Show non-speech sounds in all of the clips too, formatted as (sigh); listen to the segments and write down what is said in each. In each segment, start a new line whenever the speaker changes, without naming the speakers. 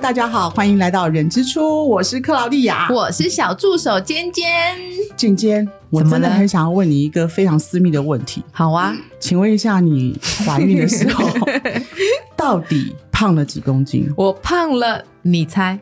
大家好，欢迎来到人之初，我是克劳蒂亚。
我是小助手尖尖。
静坚，我
怎么
真的
了
很想要问你一个非常私密的问题，
好啊，
请问一下，你怀孕的时
(laughs)
候到底胖了几公斤？
我胖了，你猜？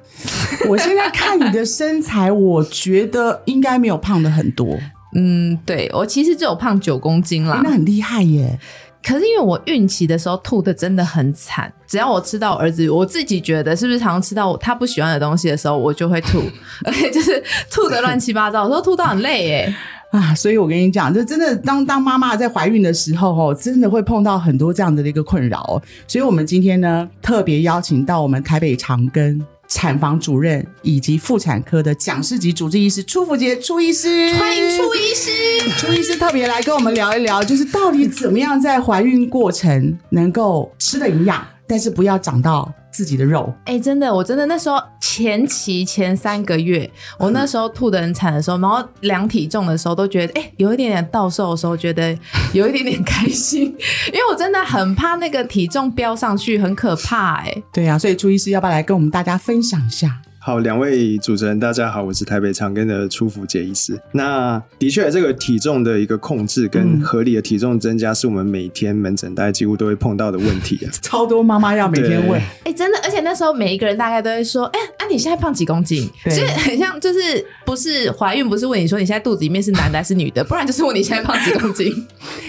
我现在看你的身材，我觉得应该没有胖的很
(laughs)
多，
嗯，对我其实只有胖九公斤啦
那。很厉害耶。
可是因为我孕期的时候吐的真的很惨，只要我吃到儿子，我自己觉得是不是常常吃到他不喜欢的东西的时候，我就会吐， (laughs) 而且就是吐的乱七八糟，有时候吐到很累耶。
啊，所以我跟你讲，这真的当当妈妈在怀孕的时候哦，真的会碰到很多这样的一个困扰哦。所以我们今天呢，特别邀请到我们台北长庚产房主任以及妇产科的讲师级主治医师初福杰初医师，
欢迎初医师，
初医师特别来跟我们聊一聊，就是到底怎么样在怀孕过程能够吃的营养，但是不要长到自己的肉。
哎、真的，我真的那时候前期前三个月，我那时候吐的很惨的时候，然后量体重的时候，都觉得哎、有一点点到瘦的时候，觉得有一点点开心， (laughs) 因为我真的很怕那个体重飙上去，很可怕哎、
对啊，所以初医师要不要来跟我们大家分享一下？
好，两位主持人，大家好，我是台北长庚的初福杰医师。那的确，这个体重的一个控制跟
嗯
合理的体重增加，是我们每天门诊大概几乎都会碰到的问
(laughs)
题啊。
超多妈妈要每天问，
哎、真的，而且那时候每一个人大概都会说，哎、啊，你现在胖几公斤？
对
所以很像就是不是怀孕，不是问你说你现在肚子里面是男的还是女的，不然就是问你现在胖几公斤。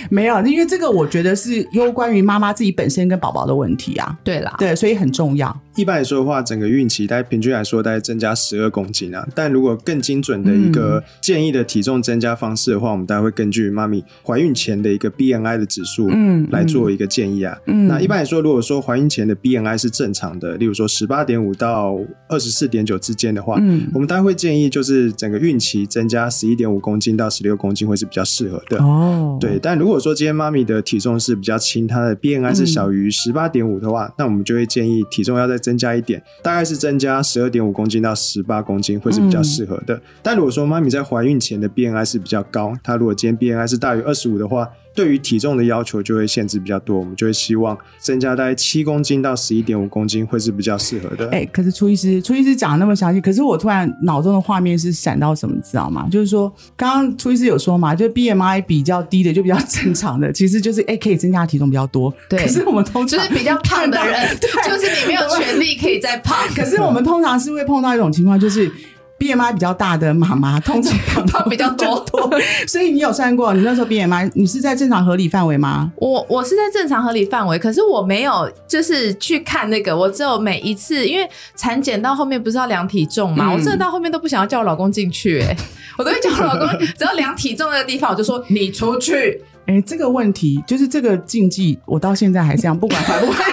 没有，因为这个我觉得是攸关于妈妈自己本身跟宝宝的问题啊。
(laughs) 对啦，
对，所以很重要。
一般来说的话，整个孕期大概平均来说大概增加十二公斤啊。但如果更精准的一
嗯
个建议的体重增加方式的话，我们大概会根据妈咪怀孕前的一个 BMI 的指数，
嗯
来做一个建议啊。
嗯
那一般来说，如果说怀孕前的 BMI 是正常的，例如说十八点五到二十四点九之间的话，
嗯，
我们大概会建议就是整个孕期增加十一点五公斤到十六公斤会是比较适合的。
哦，
对，，但如果说今天妈咪的体重是比较轻，她的 BMI 是小于十八点五的话，那我们就会建议体重要再增加一点，大概是增加十二点五公斤到十八公斤会是比较适合的。但如果说妈咪在怀孕前的 BMI 是比较高，她如果今天 BMI 是大于二十五的话，对于体重的要求就会限制比较多，我们就会希望增加大概七公斤到十一点五公斤会是比较适合的。
哎、可是初医师，初医师讲的那么详细，可是我突然脑中的画面是闪到什么，你知道吗？就是说，刚刚初医师有说嘛，就是 BMI 比较低的就比较正常的，其实就是哎、可以增加体重比较多。
对
可是我们通
就
常
是比较胖的人，
对
就是你没有权利可以再胖。
可是我们通常是会碰到一种情况，就是 BMI 比较大的妈 (laughs) 妈，通常
胖比较多
所以你有算过，你那时候 BMI 你是在正常合理范围吗？
我我是在正常合理范围，可是我没有就是去看那个，我只有每一次因为产检到后面不是要量体重嘛，
嗯
我真的到后面都不想要叫我老公进去、 (laughs) 哎，我都会叫我老公， (laughs) 只要量体重那个地方，我就说你出去，
哎、这个问题就是这个禁忌，我到现在还这样，不管怀不 (laughs) 怀，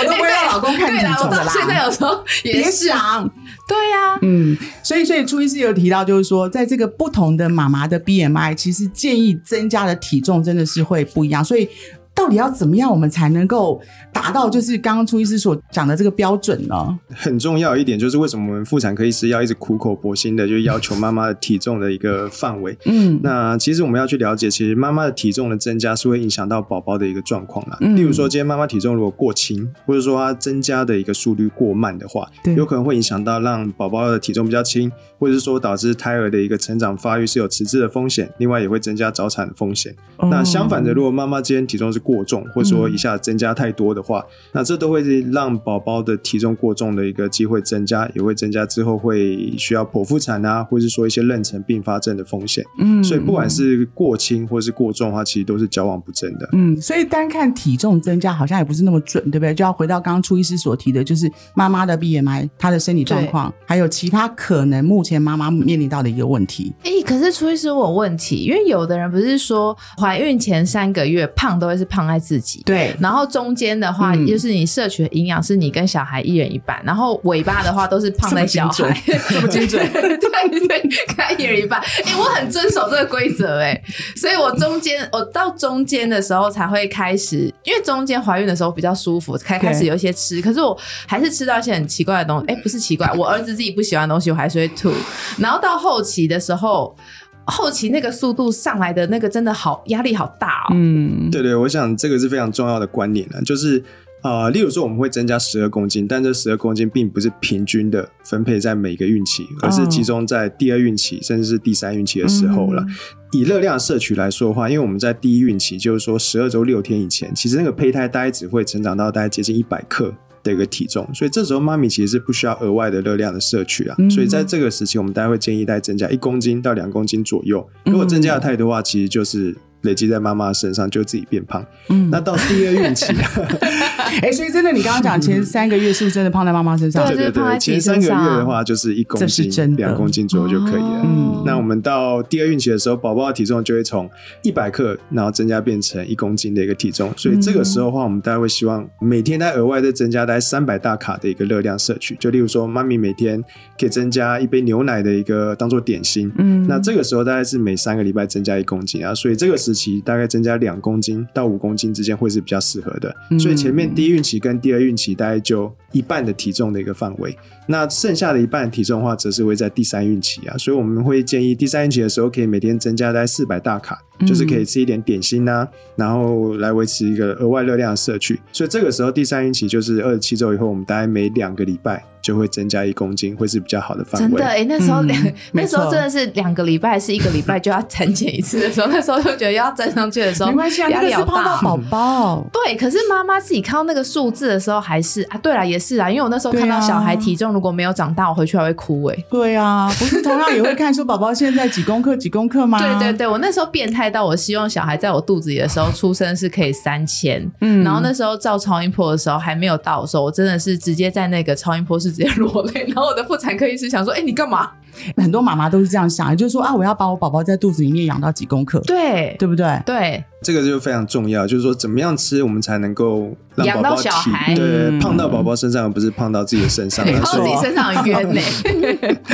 我都不会啊让老公看
对
体
啦，我
重的
到
啦。
现在有时候也
别
是啊，
想，
对呀、
嗯，所以所以初医师有提到，就是说，在这个不同的妈妈的 BMI，其实建议增加的体重真的是会不一样，所以。到底要怎么样，我们才能够达到就是刚刚初医师所讲的这个标准呢？
很重要一点就是为什么我们妇产科医师要一直苦口婆心的就要求妈妈的体重的一个范围。
嗯，
那其实我们要去了解，其实妈妈的体重的增加是会影响到宝宝的一个状况啦。
嗯
例如说，今天妈妈体重如果过轻，或者说她增加的一个速率过慢的话
对，
有可能会影响到让宝宝的体重比较轻，或者是说导致胎儿的一个成长发育是有迟滞的风险，另外也会增加早产的风险。
嗯
那
哦
相反的，如果妈妈今天体重是过重，或者说一下增加太多的话，那这都会让宝宝的体重过重的一个机会增加，也会增加之后会需要剖腹产啊，或是说一些妊娠并发症的风险。
嗯，
所以不管是过轻或是过重的话，其实都是矫枉不正的。
嗯，所以单看体重增加好像也不是那么准，对不对？就要回到刚刚初医师所提的，就是妈妈的 BMI、她的身体状况，还有其他可能目前妈妈面临到的一个问题。
哎、可是初医师我有问题，因为有的人不是说怀孕前三个月胖都会是胖在自己，
对，
然后中间的话，
嗯
就是你摄取的营养是你跟小孩一人一半，然后尾巴的话都是胖在小孩，
(laughs) 这么精准
(laughs) 对对对，跟他一人一半。哎、我很遵守这个规则哎，所以我中间我到中间的时候才会开始，因为中间怀孕的时候比较舒服，才开始有一些吃，可是我还是吃到一些很奇怪的东
嗯
西。哎、不是奇怪，我儿子自己不喜欢的东西，我还是会吐。然后到后期的时候。后期那个速度上来的那个真的好压力好大哦，
嗯，
对对，我想这个是非常重要的观念了，就是。呃，例如说我们会增加十二公斤，但这十二公斤并不是平均的分配在每个孕期，而是集中在第二孕期甚至是第三孕期的时候了。
嗯
以热量摄取来说的话，因为我们在第一孕期，就是说十二周六天以前，其实那个胚胎大概只会成长到大概接近一百克的一个体重，所以这时候妈咪其实是不需要额外的热量的摄取啊。
嗯
所以在这个时期，我们大概会建议大概增加一公斤到两公斤左右。如果增
嗯
加的太多的话，其实就是累积在妈妈身上，就自己变胖。
嗯
那到第二
(laughs)
孕期，
哎，所以真的，你刚刚讲前三个月是不是真的胖在妈妈身上？
对
(laughs) 对
就是
对
胖在
对，
自
前
己
三个
身
月
上
的话就是一公
这是真
斤、
的
两公斤左右就可以
哦
了。
嗯
那我们到第二孕期的时候，宝宝的体重就会从一百克，然后增加变成一公斤的一个体重。所以这个时候的话，我们大概会希望每天再额外再增加大概三百大卡的一个热量摄取。就例如说，妈咪每天可以增加一杯牛奶的一个当做点心。
嗯
那这个时候大概是每三个礼拜增加一公斤啊，所以这个时期大概增加两公斤到五公斤之间会是比较适合的。
嗯
所以前面第一孕期跟第二孕期大概就一半的体重的一个范围，那剩下的一半的体重的话，则是会在第三孕期啊，所以我们会建议第三孕期的时候可以每天增加大概四百大卡，就是
嗯
可以吃一点点心呐、然后来维持一个额外热量的摄取。所以这个时候第三孕期就是二十七周以后，我们大概每两个礼拜就会增加一公斤，会是比较好的范
真
围。
的哎、诶那时候
嗯
两、那时
没
候
错
真的是两个礼拜，是一个礼拜就要产检一次的时候，那 (laughs) 时候就觉得要站上去的时候，
没关系啊，
压
那个
力
是
好
胖
大
到
哦。
宝宝。
对，可是妈妈自己看到那个数字的时候，还是啊，对啦，也是啊，因为我那时候看到
对啊
小孩体重如果没有长大，我回去还会哭哎、
对啊，不是同样也会看出宝宝现在几公
(laughs)
克几公克吗？
对对，对，我那时候变态到我希望小孩在我肚子里的时候出生是可以三千，
嗯
然后那时候照超音波的时候还没有到的时候，我真的是直接在那个超音波室直接 (laughs) 落泪，然后我的妇产科医师想说，哎、你干嘛？
很多妈妈都是这样想，就是说啊，我要把我宝宝在肚子里面养到几公克，
对
对不对？
对，
这个就非常重要，就是说怎么样吃我们才能够让
养
宝
到
宝
小
体
嗯
孩
对胖到宝宝身上，而不是胖到自己的身上。
你
啊
靠
所
自
以
己身上很冤呢、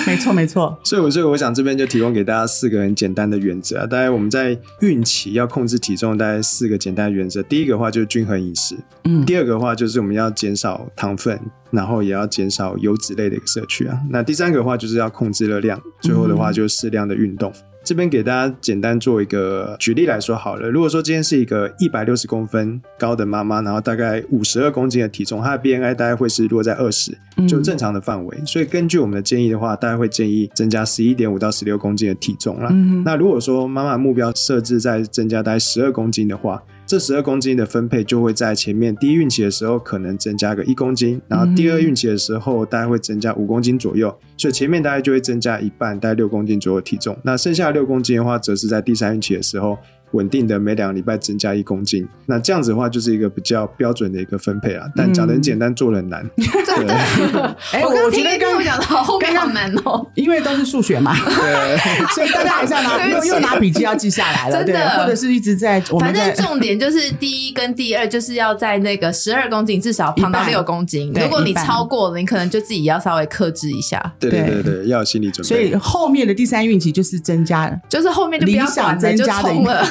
没错没错，
所以，我所以我想这边就提供给大家四个很简单的原则啊。大概我们在孕期要控制体重，大概四个简单的原则。第一个的话就是均衡饮食，
嗯
第二个的话就是我们要减少糖分，然后也要减少油脂类的一个摄取啊。那第三个的话就是要控制热量，最后的话就是适量的运动。这边给大家简单做一个举例来说好了。如果说今天是一个一百六十公分高的妈妈，然后大概五十二公斤的体重，她的 BMI 大概会是落在二十，就正常的范围。所以根据我们的建议的话，大概会建议增加十一点五到十六公斤的体重啦。
嗯
那如果说妈妈的目标设置在增加大概十二公斤的话，这十二公斤的分配就会在前面第一孕期的时候可能增加个一公斤，然后第二孕期的时候大概会增加五公斤左右，所以前面大概就会增加一半，大概六公斤左右的体重。那剩下的六公斤的话，则是在第三孕期的时候。稳定的每两个礼拜增加一公斤，那这样子的话就是一个比较标准的一个分配啊。但讲的很简
嗯
单，做的很
(laughs)
难。
真的。
(laughs) 哎
我刚
我
刚
觉
听
得
你跟
刚
我讲的好，后面好难哦。
因为都是数学嘛，
对。
(laughs) 所以大家还是要拿
(laughs) 对不
又
起
又拿笔记要记下来了，
真
对，
的
或者是一直在我
反
们在
正重点就是第一跟第二，就是要在那个十二公斤至少胖
一
到
半
六公斤。
对
如果你
一半
超过了，你可能就自己要稍微克制一下。
对对
对
对对，要有心理准备。
所以后面的第三孕期就是增加，
就是后面就不要管了，
理想增
就
加的
冲了，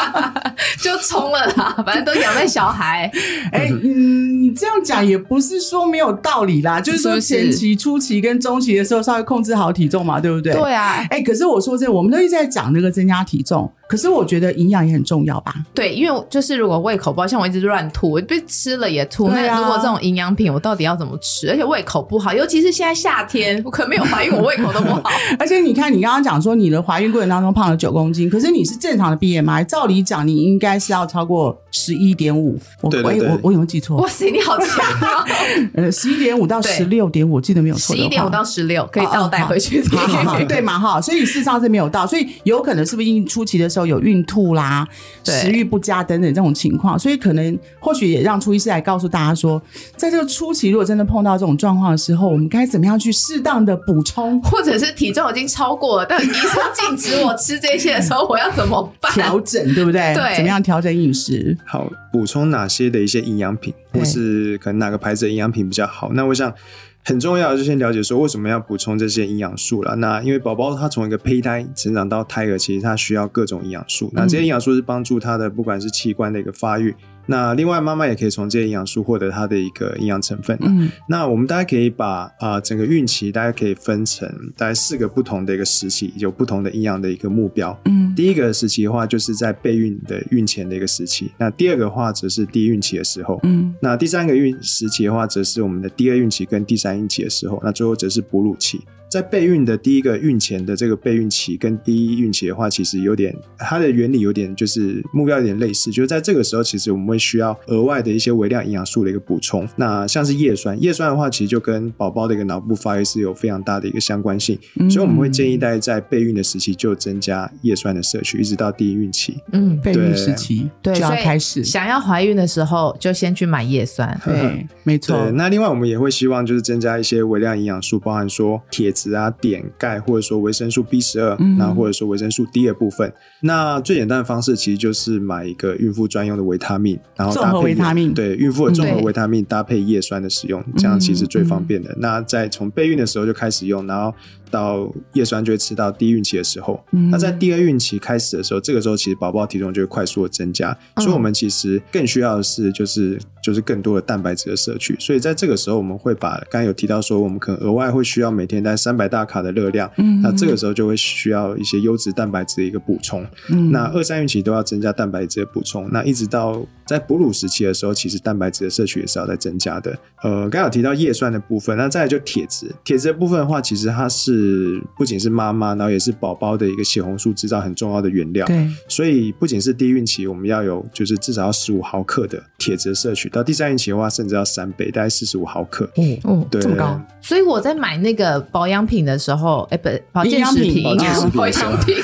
(laughs) 就冲了啦。反正都养在小孩，
哎，嗯，你这样讲也不是说没有道理啦，就是
是
说
不是
前期、初期跟中期的时候稍微控制好体重嘛，对不 (laughs) 对？。
啊，
哎，可是我说这，我们都一直在讲那个增加体重，可是我觉得营养也很重要吧？
对，因为我就是如果胃口不好，像我一直乱吐，我被吃了也吐。
对啊
那如果这种营养品，我到底要怎么吃？而且胃口不好，尤其是现在夏天，我可能没有怀孕，我胃口都不好。
(laughs) 而且你看，你刚刚讲说你的怀孕过程当中胖了九公斤，可是你是正常的 BMI，照理讲你应该是要超过十一点五。我
对
我
对对
我我有没有记错
(laughs) 哇？塞，你好强 (laughs) 哦！
呃，十一点五到十六点五，记得没有错
十
的话。
一点五到十六可以倒带回去
(laughs)
听。
好好好，对嘛哈，所以事实上是没有到，所以有可能是不是因初期的时候有孕吐啦、
对
食欲不佳等等这种情况，所以可能或许也让初医师来告诉大家说，在这个初期如果真的碰到这种状况的时候，我们该怎么样去适当的补充
(laughs) 或者是体重已经超过了，但医生禁止我吃这些的时候，我要怎么办？
调整，对不对？
对
怎么样调整饮食？
好，补充哪些的一些营养品，
对
或是可能哪个牌子的营养品比较好？那我想很重要的就先了解说为什么要补充这些营养素啦。那因为宝宝他从一个胚胎成长
嗯
到胎儿，其实他需要各种营养素。那这些营养素是帮助他的不管是器官的一个发育，那另外，妈妈也可以从这些营养素获得它的一个营养成分。
嗯
那我们大家可以把啊、呃整个孕期大家可以分成大概四个不同的一个时期，有不同的营养的一个目标。
嗯
第一个时期的话，就是在备孕的孕前的一个时期；那第二个的话，则是低孕期的时候；
嗯
那第三个孕时期的话，则是我们的第二孕期跟第三孕期的时候；那最后则是哺乳期。在备孕的第一个孕前的这个备孕期跟第一孕期的话，其实有点它的原理有点就是目标有点类似，就是在这个时候，其实我们会需要额外的一些微量营养素的一个补充。那像是叶酸，叶酸的话，其实就跟宝宝的一个脑部发育是有非常大的一个相关性，
嗯
所以我们会建议大家在备孕的时期就增加叶酸的摄取，一直到第一孕期。
嗯，
备
对
孕时期就
对，
要
所以
开始，
想要怀孕的时候，就先去买叶酸。
对，没错，
(laughs) 对，那另外我们也会希望就是增加一些微量营养素，包含说铁质啊、碘、钙，或者说维生素 B 十二、
嗯
那或者说维生素 D 的部分。那最简单的方式其实就是买一个孕妇专用的维他命，然后搭
综合
配
维他命
对孕妇的综合
对
维他命搭配叶酸的使用，这样其实
嗯
最方便的。那在从备孕的时候就开始用，然后到叶酸就会吃到低孕期的时候，
嗯
那在第二孕期开始的时候，这个时候其实宝宝体重就会快速的增加，所以我们其实更需要的是就是就是更多的蛋白质的摄取。所以在这个时候，我们会把刚才有提到说，我们可能额外会需要每天在三百大卡的热量，
嗯
那这个时候就会需要一些优质蛋白质的一个补充。
嗯
那二三孕期都要增加蛋白质的补充，那一直到在哺乳时期的时候，其实蛋白质的摄取也是要在增加的。呃，刚才有提到叶酸的部分，那再来就铁质，铁质的部分的话，其实它是不仅是妈妈，然后也是宝宝的一个血红素制造很重要的原料。 (laughs)
对，
所以不仅是第一孕期，我们要有就是至少要十五毫克的铁质的摄取，到第三孕期的话，甚至要三倍，大概四十五毫克。
哦，
哦，
对，
这么高
所以我在买那个保养品的时候，哎、不，保健食品，
营
养品
(laughs) 保养品，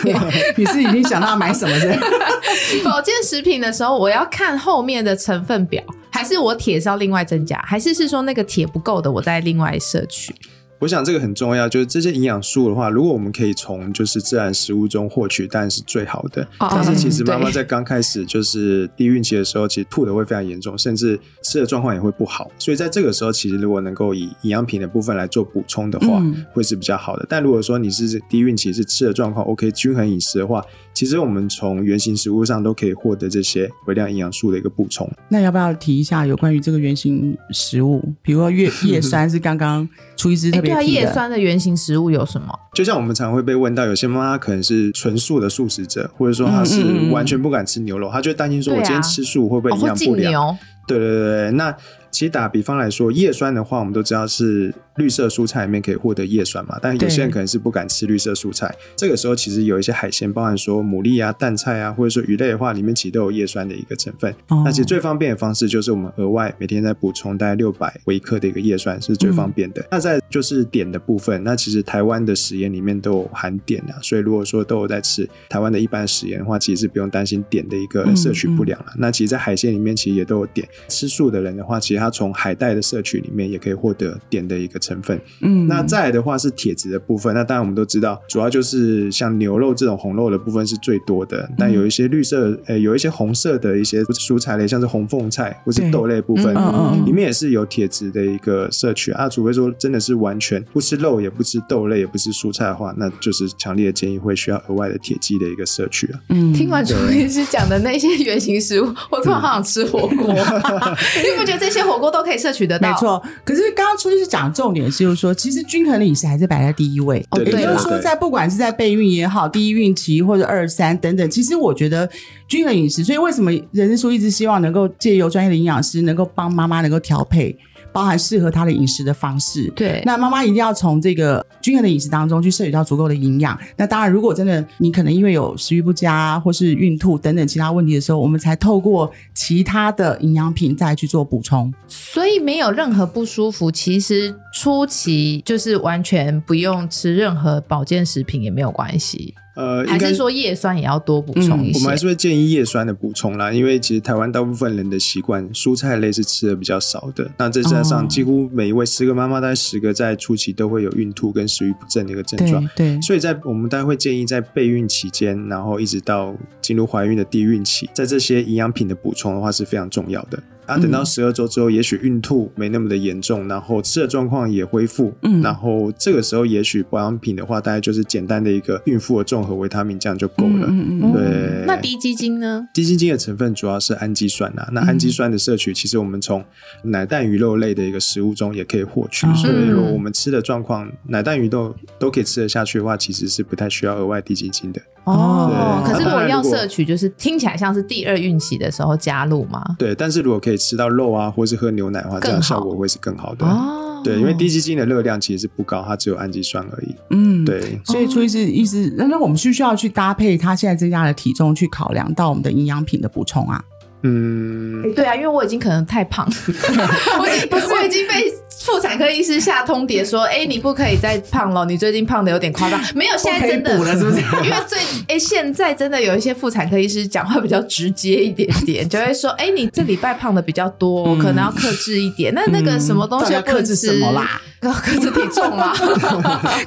你是已经想到要买什么
(laughs)
是？
保健食品的时候，我要看后面的成分表，还是我铁是要另外增加，还是是说那个铁不够的，我再另外摄取？
我想这个很重要，就是这些营养素的话，如果我们可以从就是自然食物中获取，当然是最好的。
哦
但是其实
嗯
妈妈
对
在刚开始就是低孕期的时候，其实吐的会非常严重，甚至吃的状况也会不好。所以在这个时候，其实如果能够以营养品的部分来做补充的话，
嗯
会是比较好的。但如果说你是低孕期是吃的状况 OK 均衡饮食的话，其实我们从原型食物上都可以获得这些微量营养素的一个补充。
那要不要提一下有关于这个原型食物？比如说
(laughs)
叶叶酸是刚刚初医师
哎、
特
对
别
啊，
提的，
叶酸的原型食物有什么？
就像我们常会被问到，有些妈妈可能是纯素的素食者，或者说她是
嗯嗯嗯
完全不敢吃牛肉，她就会担心说，我
对啊
今天吃素会不会
哦，
营
会
养不
禁
良？
牛，
对对对对。那其实打比方来说，叶酸的话，我们都知道是绿色蔬菜里面可以获得叶酸嘛，但有些人
对
可能是不敢吃绿色蔬菜。这个时候，其实有一些海鲜，包含说牡蛎啊、蛋菜啊，或者说鱼类的话，里面其实都有叶酸的一个成分。
哦
那其实最方便的方式就是我们额外每天在补充大概六百微克的一个叶酸是最方便的。那在就是碘的部分，那其实台湾的食盐里面都有含碘啊，所以如果说都有在吃台湾的一般食盐的话，其实是不用担心碘的一个摄取不良了。那其实，在海鲜里面其实也都有碘，吃素的人的话，其实他从海带的摄取里面也可以获得碘的一个成分。
嗯
那再来的话是铁质的部分，那当然我们都知道，主要就是像牛肉这种红肉的部分是最多
嗯
的，但有一些绿色，呃，有一些红色的一些蔬菜类，像是红凤菜或是
对
豆类的部分，
嗯嗯
里面也是有铁质的一个摄取啊。除非说真的是完全不吃肉，也不吃豆类，也不吃蔬菜的话，那就是强烈的建议会需要额外的铁剂的一个摄取啊。
嗯
听完楚医师讲的那些原型食物，我突然好想吃火锅， (laughs) 你不觉得这些火锅都可以摄取得到？
没，错，可是刚刚初医师讲的重点是，就是说，其实均衡的饮食还是摆在第一位。
哦
对
也
对
就
啦
是说，在不管是在备孕也好，第一孕期或者二三等等，其实我觉得均衡饮食，所以为什么人生书一直希望能够借由专业的营养师，能够帮妈妈能够调配，包含适合她的饮食的方式。
对，
那妈妈一定要从这个均衡的饮食当中去摄取到足够的营养。那当然，如果真的你可能因为有食欲不佳或是孕吐等等其他问题的时候，我们才透过其他的营养品再去做补充。
所以没有任何不舒服，其实初期就是完全不用吃任何保健食品也没有关系，
呃，应
还
该嗯
是说叶酸也要多补充一
我
些？
们还是会建议叶酸的补充啦，因为其实台湾大部分人的习惯，蔬菜类是吃的比较少的。那再加
哦
上几乎每一位十个妈妈，大概十个在初期都会有孕吐跟食欲不振的一个症状。
对
所以在我们大概会建议在备孕期间，然后一直到进入怀孕的低孕期，在这些营养品的补充的话是非常重要的。啊，等
嗯
到十二周之后，也许孕吐没那么的严重，然后吃的状况也恢复，
嗯
然后这个时候也许保养品的话，大概就是简单的一个孕妇的综合维他命这样就够了。
嗯嗯
嗯
嗯，
对
那低基金呢？
低筋精的成分主要是氨基酸啊，那氨基酸的摄取，其实我们从奶蛋鱼肉类的一个食物中也可以获取，
嗯
所以如果我们吃的状况，奶蛋鱼肉都可以吃得下去的话，其实是不太需要额外低筋精的。
哦，
对
可是如
那当
果
然
要
如果
摄取，就是听起来像是第二孕期的时候加入嘛。
对，但是如果可以吃到肉啊，或是喝牛奶的话，
更
这样效
好
果会是更好的。
哦，
对，因为低基精的热量其实是不高，它只有氨基酸而已。
嗯，。
对，
所以出于是意思，那那我们需不需要去搭配他现在增加的体重去考量到我们的营养品的补充啊？
嗯，
对啊，因为我已经可能太胖，
(laughs)
我已经不是我已经被妇产科医师下通牒说，哎、你不可以再胖了，你最近胖的有点夸张。没有，现在真的
不可以补了是不是
因为最哎、现在真的有一些妇产科医师讲话比较直接一点点，就会说，哎、你这礼拜胖的比较多，
嗯
可能要克制一点。那那个什么东西
要
不能
克制
吃
什么？啦？
要克制体重啊
(laughs)
啦。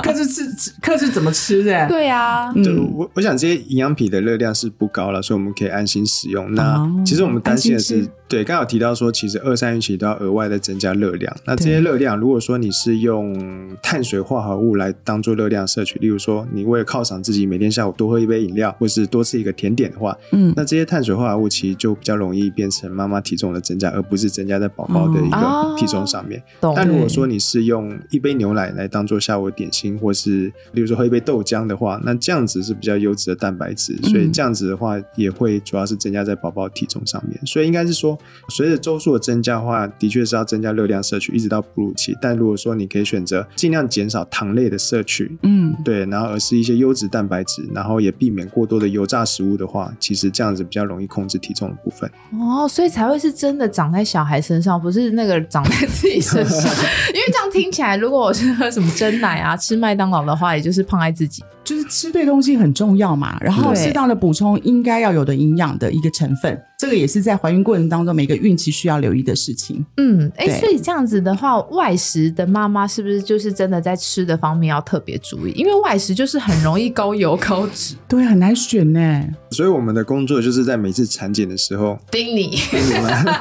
克制吃吃克制怎么吃的？
(laughs) 对啊，
对
嗯，
我我想这些营养品的热量是不高了，所以我们可以安心使用。那、
哦
其实我们担心的
安
是
心吃，
对，刚好提到说，其实二三孕期都要额外的增加热量。那这
对
些热量，如果说你是用碳水化合物来当做热量摄取，例如说你为了犒赏自己，每天下午多喝一杯饮料，或是多吃一个甜点的话，
嗯
那这些碳水化合物其实就比较容易变成妈妈体重的增加，而不是增加在宝宝的
嗯
一
哦
个体重上面。
懂。
但如果说你是用一杯牛奶来当做下午点心，或是例如说喝一杯豆浆的话，那这样子是比较优质的蛋白质，所以这样子的话也会主要是增加在宝宝体重上面。所以应该是说，随着周数的增加的话，的确是要增加热量摄取，一直到哺乳期。但如果说你可以选择尽量减少糖类的摄取。
嗯，
对，然后而是一些优质蛋白质，然后也避免过多的油炸食物的话，其实这样子比较容易控制体重的部分。
哦，所以才会是真的长在小孩身上，不是那个长在自己身上。因为这样听起来，如果我是喝什么真奶啊、吃麦当劳的话，也就是胖爱自己。
就是吃对东西很重要嘛，然后
对
适当的补充应该要有的营养的一个成分，这个也是在怀孕过程当中每个孕期需要留意的事情。
嗯，哎、
对
所以这样子的话，外食的妈妈是不是就是真的在吃的方面要特别注意？因为外食就是很容易高油高脂。
对，很难选呢。
所以我们的工作就是在每次产检的时候，
叮你，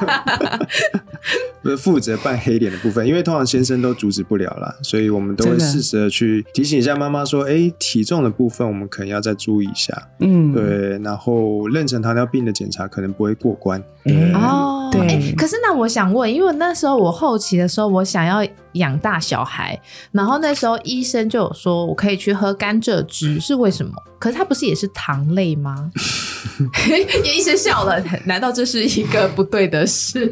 (laughs)
不是负责扮黑脸的部分，因为通常先生都阻止不了啦，所以我们都
真
会
的
适时的去提醒一下妈妈说，哎，体重的部分我们可能要再注意一下，
嗯，
对，然后妊娠糖尿病的检查可能不会过关，
哎
哦，
对
诶可是那我想问，因为那时候我后期的时候，我想要养大小孩，然后那时候医生就有说我可以去喝甘蔗 (laughs) 汁，是为什么？可是它不是也是糖类 (laughs) 吗？叶医生笑了，难道这是一个不对的事？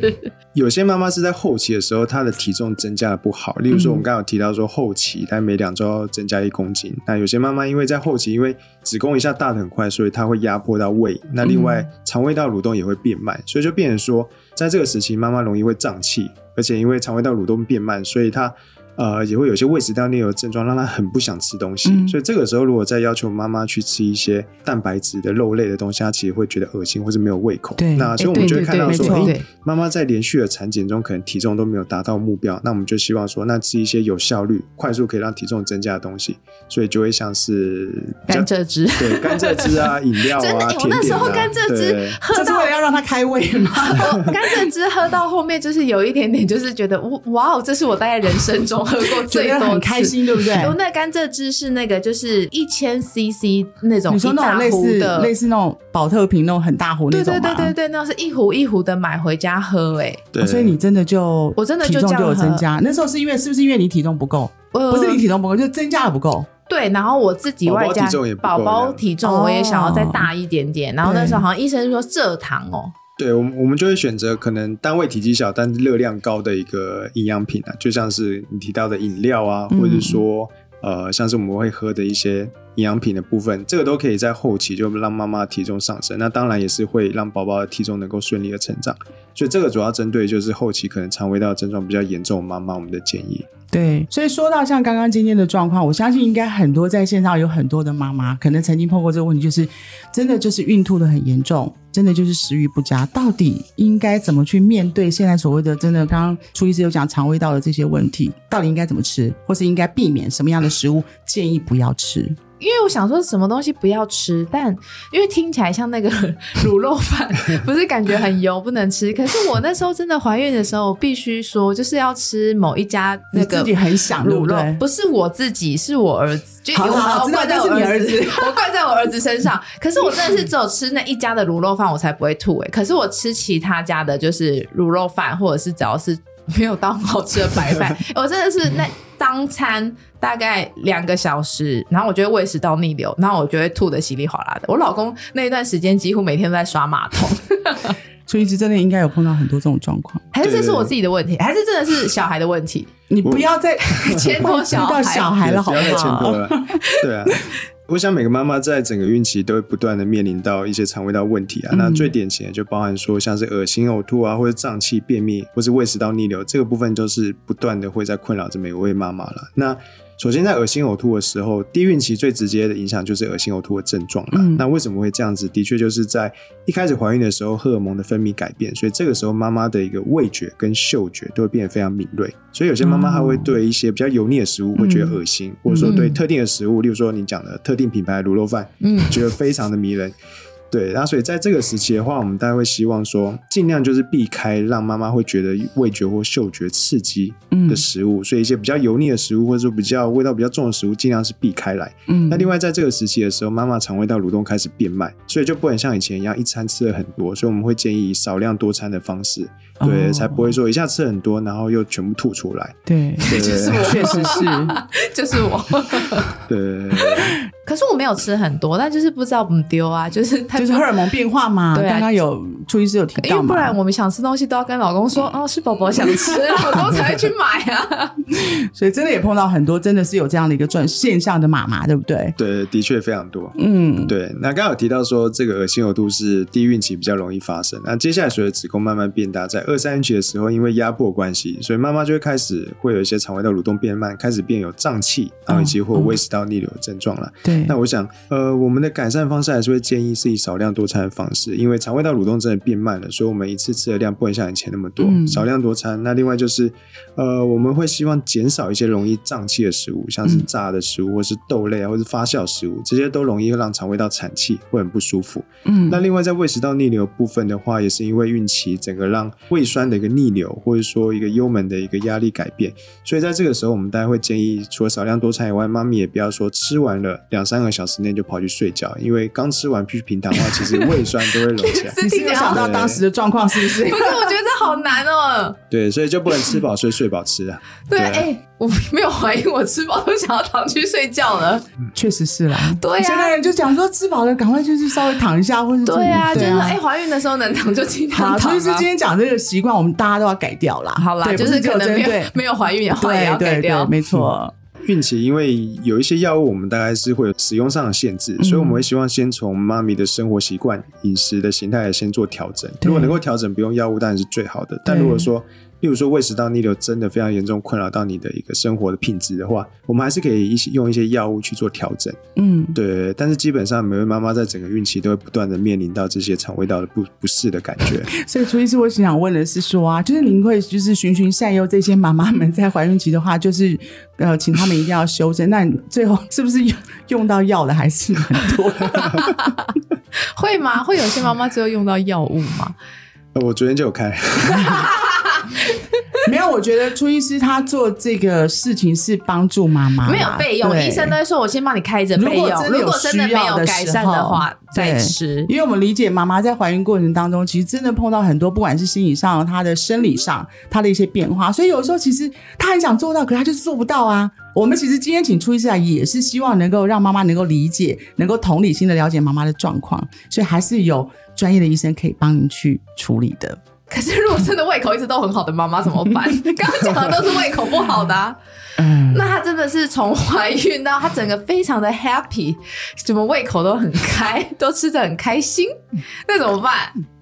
有些妈妈是在后期的时候，她的体重增加的不好，例如
嗯
说我们刚刚有提到说后期，她每两周要增加一公斤。那有些妈妈因为在后期，因为子宫一下大的很快，所以她会压迫到胃，那另
嗯
外肠胃道蠕动也会变慢，所以就变成说，在这个时期，妈妈容易会胀气，而且因为肠胃道蠕动变慢，所以她。呃，也会有一些胃食道逆流的症状，让她很不想吃东西。
嗯
所以这个时候，如果再要求妈妈去吃一些蛋白质的肉类的东西，她其实会觉得恶心或是没有胃口。
对
那所以我
诶
们就
对对
会看
对，
到
没
说，
对
错，
诶
哎
对，
妈妈在连续的产检中，可能体重都没有达到目标，那我们就希望说，那吃一些有效率、快速可以让体重增加的东西，所以就会像是比较
甘蔗
(laughs)
汁。
对甘蔗汁啊、
(laughs)
饮料
真的，
啊、
诶我
甜
那时
点
候
啊，
甘蔗汁
对
喝
这是
到
为了要让它开胃吗？
我哦甘蔗汁喝到后面，就是有一点点，就是觉得哇哦，这是我大概人生中喝过
觉
(laughs) 最
得
多
很开
次
心，对不对？
有那甘蔗汁是那个，就是一千 CC 那种
你
一
说那
大
种类
壶
似
的，
类似那种保特瓶那种很大壶那
对
种
对
吗？
对对对，那是一壶一壶的买回家喝、欸。
对，
哦所以你真的就
我真的
体
就
重
这样
就有增
喝
加。那时候是因为是不是因为你体重不够？
呃
不是你体重不够，就增加的不够。
对，然后我自己
宝宝
外加
体重也不够
宝宝体重，我也想要再
哦
大一点点。然后那时候好像医生说蔗糖哦，
对我们我们就会选择可能单位体积小但热量高的一个营养品啊，就像是你提到的饮料啊，
嗯
或者说呃，像是我们会喝的一些营养品的部分，这个都可以在后期就让妈妈的体重上升，那当然也是会让宝宝的体重能够顺利的成长。所以这个主要针对就是后期可能肠胃道症状比较严重的妈妈，我们的建议。
对，所以说到像刚刚今天的状况，我相信应该很多在线上有很多的妈妈，可能曾经碰过这个问题，就是真的就是孕吐的很严重，真的就是食欲不佳，到底应该怎么去面对现在所谓的真的刚刚初医师有讲肠胃道的这些问题，到底应该怎么吃，或是应该避免什么样的食物建议不要吃？
因为我想说什么东西不要吃，但因为听起来像那个卤
(laughs)
肉饭，不是感觉很油不能吃。可是我那时候真的怀孕的时候，我必须说就是要吃某一家那
你
个
自己很想
卤
对不
肉
对
不是我自己，是我儿子，就
好
我
好好
我
知道
怪在
但
我
是你儿
子， (laughs) 我怪在我儿子身上。可是我真的是只有吃那一家的卤肉饭，我才不会吐哎、可是我吃其他家的，就是卤肉饭，或者是只要是没有到好吃的白饭，我真的是那当餐大概两个小时，然后我就会胃食道逆流，然后我就会吐的稀里哗啦的。我老公那一段时间几乎每天都在刷马桶，
所以一直真的应该有碰到很多这种状况。
还是这是我自己的问题，还是真的是小孩的问题？
你不要再
牵
碰
拖
触到
小
小 (laughs) 孩了，好
不要再
嗯不
牵拖
好？
了。
(laughs)
对啊，我想每个妈妈在整个孕期都会不断的面临到一些肠胃道问题啊。
嗯
那最典型的就包含说像是恶心、呕吐啊，或者胀气、便秘，或是胃食道逆流，这个部分都是不断的会在困扰着每一位妈妈了。那首先，在恶心呕吐的时候，低孕期最直接的影响就是恶心呕吐的症状了。
嗯
那为什么会这样子？的确就是在一开始怀孕的时候，荷尔蒙的分泌改变，所以这个时候妈妈的一个味觉跟嗅觉都会变得非常敏锐。所以有些妈妈她会对一些比较油腻的食物会觉
嗯
得恶心，或者说对特定的食物，例如说你讲的特定品牌的卤肉饭，
嗯，
觉得非常的迷人。对，那所以在这个时期的话，我们大家会希望说，尽量就是避开让妈妈会觉得味觉或嗅觉刺激
嗯
的食物，所以一些比较油腻的食物，或者说比较味道比较重的食物，尽量是避开来。
嗯
那另外在这个时期的时候，妈妈肠胃道蠕动开始变慢，所以就不能像以前一样一餐吃了很多，所以我们会建议以少量多餐的方式，对，
哦
才不会说一下吃很多，然后又全部吐出来。
对，
对对
就是
对
我，
确实
(laughs)
是，
就是我。
对对对对
可是我没有吃很多，但就是不知道怎丢啊，就是他
就是荷尔蒙变化嘛。
对啊
刚刚有朱医师有提
因
到
为
嘛，嗯
不然我们想吃东西都要跟老公说，哦，是宝宝想吃，老公才会去买啊。
所以真的也碰到很多真的是有这样的一个状现象的妈妈，对不对？
对，的确非常多。
嗯，
对，那刚刚有提到说，这个恶心呕吐是低孕期比较容易发生。那接下来随着子宫慢慢变大，在二三孕期的时候，因为压迫关系，所以妈妈就会开始会有一些肠胃道蠕动变慢，开始变有胀气，然后以及或胃食道逆流的症状了。
对
那我想，呃，我们的改善方式还是会建议是以少量多餐的方式，因为肠胃道蠕动真的变慢了，所以我们一次吃的量不能像以前那么多，
嗯
少量多餐。那另外就是，呃，我们会希望减少一些容易胀气的食物，像是
嗯
炸的食物，或是豆类啊，或是发酵食物，这些都容易让肠胃道产气，会很不舒服。
嗯
那另外在胃食道逆流部分的话，也是因为孕期整个让胃酸的一个逆流，或者说一个幽门的一个压力改变，所以在这个时候，我们大家会建议，除了少量多餐以外，妈咪也不要说吃完了两三个小时内就跑去睡觉，因为刚吃完去平躺的话，其实胃酸都会隆起
(laughs)。
来
是
(laughs) 你是
听
有
起来
想
好
到当时的状况是不是
(laughs) 不？是，我觉得这好难哦。
对，所以就不能吃饱睡，睡饱吃啊。
对，
对啊
哎、我没有怀疑我吃饱都想要躺去睡觉了。
(laughs) 确实是啦。
对啊
现在人就讲说吃饱了赶快就是稍微躺一下，或者
对啊，就是哎、怀孕的时候能躺就
(laughs)
尽量
好，
躺、
所
啊
以。是今天讲这个习惯，我们大家都要改掉啦。
好啦，
对，
就
不是只
可
有
能
针
没
对 (laughs)
有没有怀孕的话也
对
要改
对对，
掉。
没错，
孕期因为有一些药物，我们大概是会有使用上的限制，
嗯
所以我们会希望先从妈咪的生活习惯、饮食的形态先做调整。
对
如果能够调整不用药物，当然是最好的。但
对
如果说，例如说胃食道逆流真的非常严重困扰到你的一个生活的品质的话，我们还是可以一些用一些药物去做调整。
嗯，
对，但是基本上每位妈妈在整个孕期都会不断的面临到这些肠胃道的不不适的感
(laughs)
觉。
所以朱医师，我想问的是说啊，就是您会就是循循善诱这些妈妈们在怀孕期的话，就是呃，请她们一定要修正。那你最后是不是 (laughs) 用用到药的还是很多？
会吗？会有些妈妈只有用到药物吗？
呃我昨天就有开，
(laughs) 没有，我觉得朱医师他做这个事情是帮助妈妈啦，
没有备用，
对
医生都。会说我先帮你开着备
如
用
果真。的有
啊如果真的
需
没
要
有
的
改
时
善的
候
话，再
对
吃。
因为我们理解妈妈在怀孕过程当中，其实真的碰到很多，不管是心理上、她的生理上、她的一些变化，所以有时候其实她很想做到，可她就是做不到啊。我们其实今天请出医师来，也是希望能够让妈妈能够理解，能够同理心的了解妈妈的状况，所以还是有专业的医生可以帮您去处理的。
可是如果真的胃口一直都很好的妈妈怎么 (laughs) 办？刚刚讲的都是胃口不好的、啊，
嗯，
那她真的是从怀孕到她整个非常的 happy，怎么胃口都很开， (laughs) 都吃的很开心，那怎么办？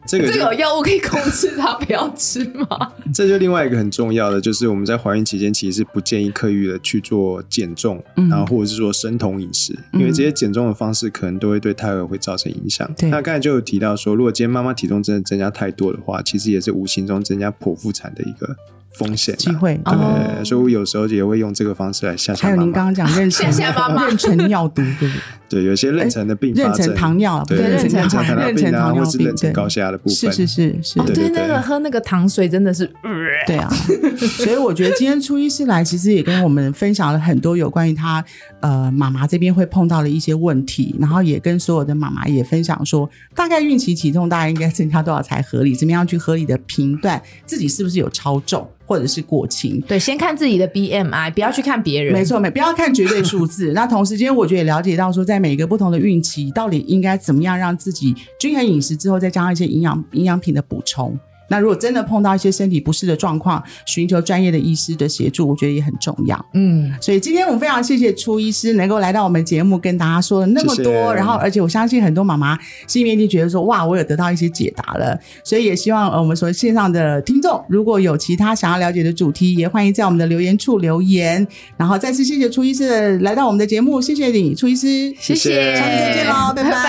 这个
这
就
个有药物可以控制她不要吃吗？
这就另外一个很重要的，就是我们在怀孕期间其实是不建议刻意的去做减重，
嗯
然后或者是说生酮饮食，因为这些减重的方式可能都会对胎儿会造成影响。
对
那刚才就有提到说，如果今天妈妈体重真的增加太多的话，其实也是无形中增加剖腹产的一个。风险啊、
机会
对，
哦
所以我有时候也会用这个方式来吓
还
吓
有
妈
您刚
妈。
刚讲妊
谢谢妈妈
娠妊娠尿毒，对不对？
对，有些妊娠的并
哎妊
发
娠
症，
糖尿，
对
对妊
妊娠
娠
糖
糖
尿
妊
病
娠
啊，
糖
或
尿
是
病，
妊娠高血压的部
对，
分，
是是是是
哦，，
对
对，
对
那个喝那个糖水真的是，呃
对啊， (laughs) 所以我觉得今天初医师来，其实也跟我们分享了很多有关于他呃妈妈这边会碰到的一些问题，然后也跟所有的妈妈也分享说，大概孕期体重大概应该增加多少才合理，怎么样去合理的评断自己是不是有超重或者是过轻。
对，先看自己的 BMI，不要去看别人。
没，错，没不要看绝对数
(laughs)
字。那同时间，我觉得也了解到说，在每个不同的孕期，到底应该怎么样让自己均衡饮食之后，再加上一些营养营养品的补充。那如果真的碰到一些身体不适的状况，寻求专业的医师的协助，我觉得也很重要。
嗯，
所以今天我们非常谢谢初医师能够来到我们节目，跟大家说了那么多，
谢谢
然后而且我相信很多妈妈心里面一定觉得说，哇，我有得到一些解答了。所以也希望呃我们所线上的听众，如果有其他想要了解的主题，也欢迎在我们的留言处留言。然后再次谢谢初医师的来到我们的节目，谢谢你，初医师，
谢
谢谢
谢，
下次再
见喽拜拜
拜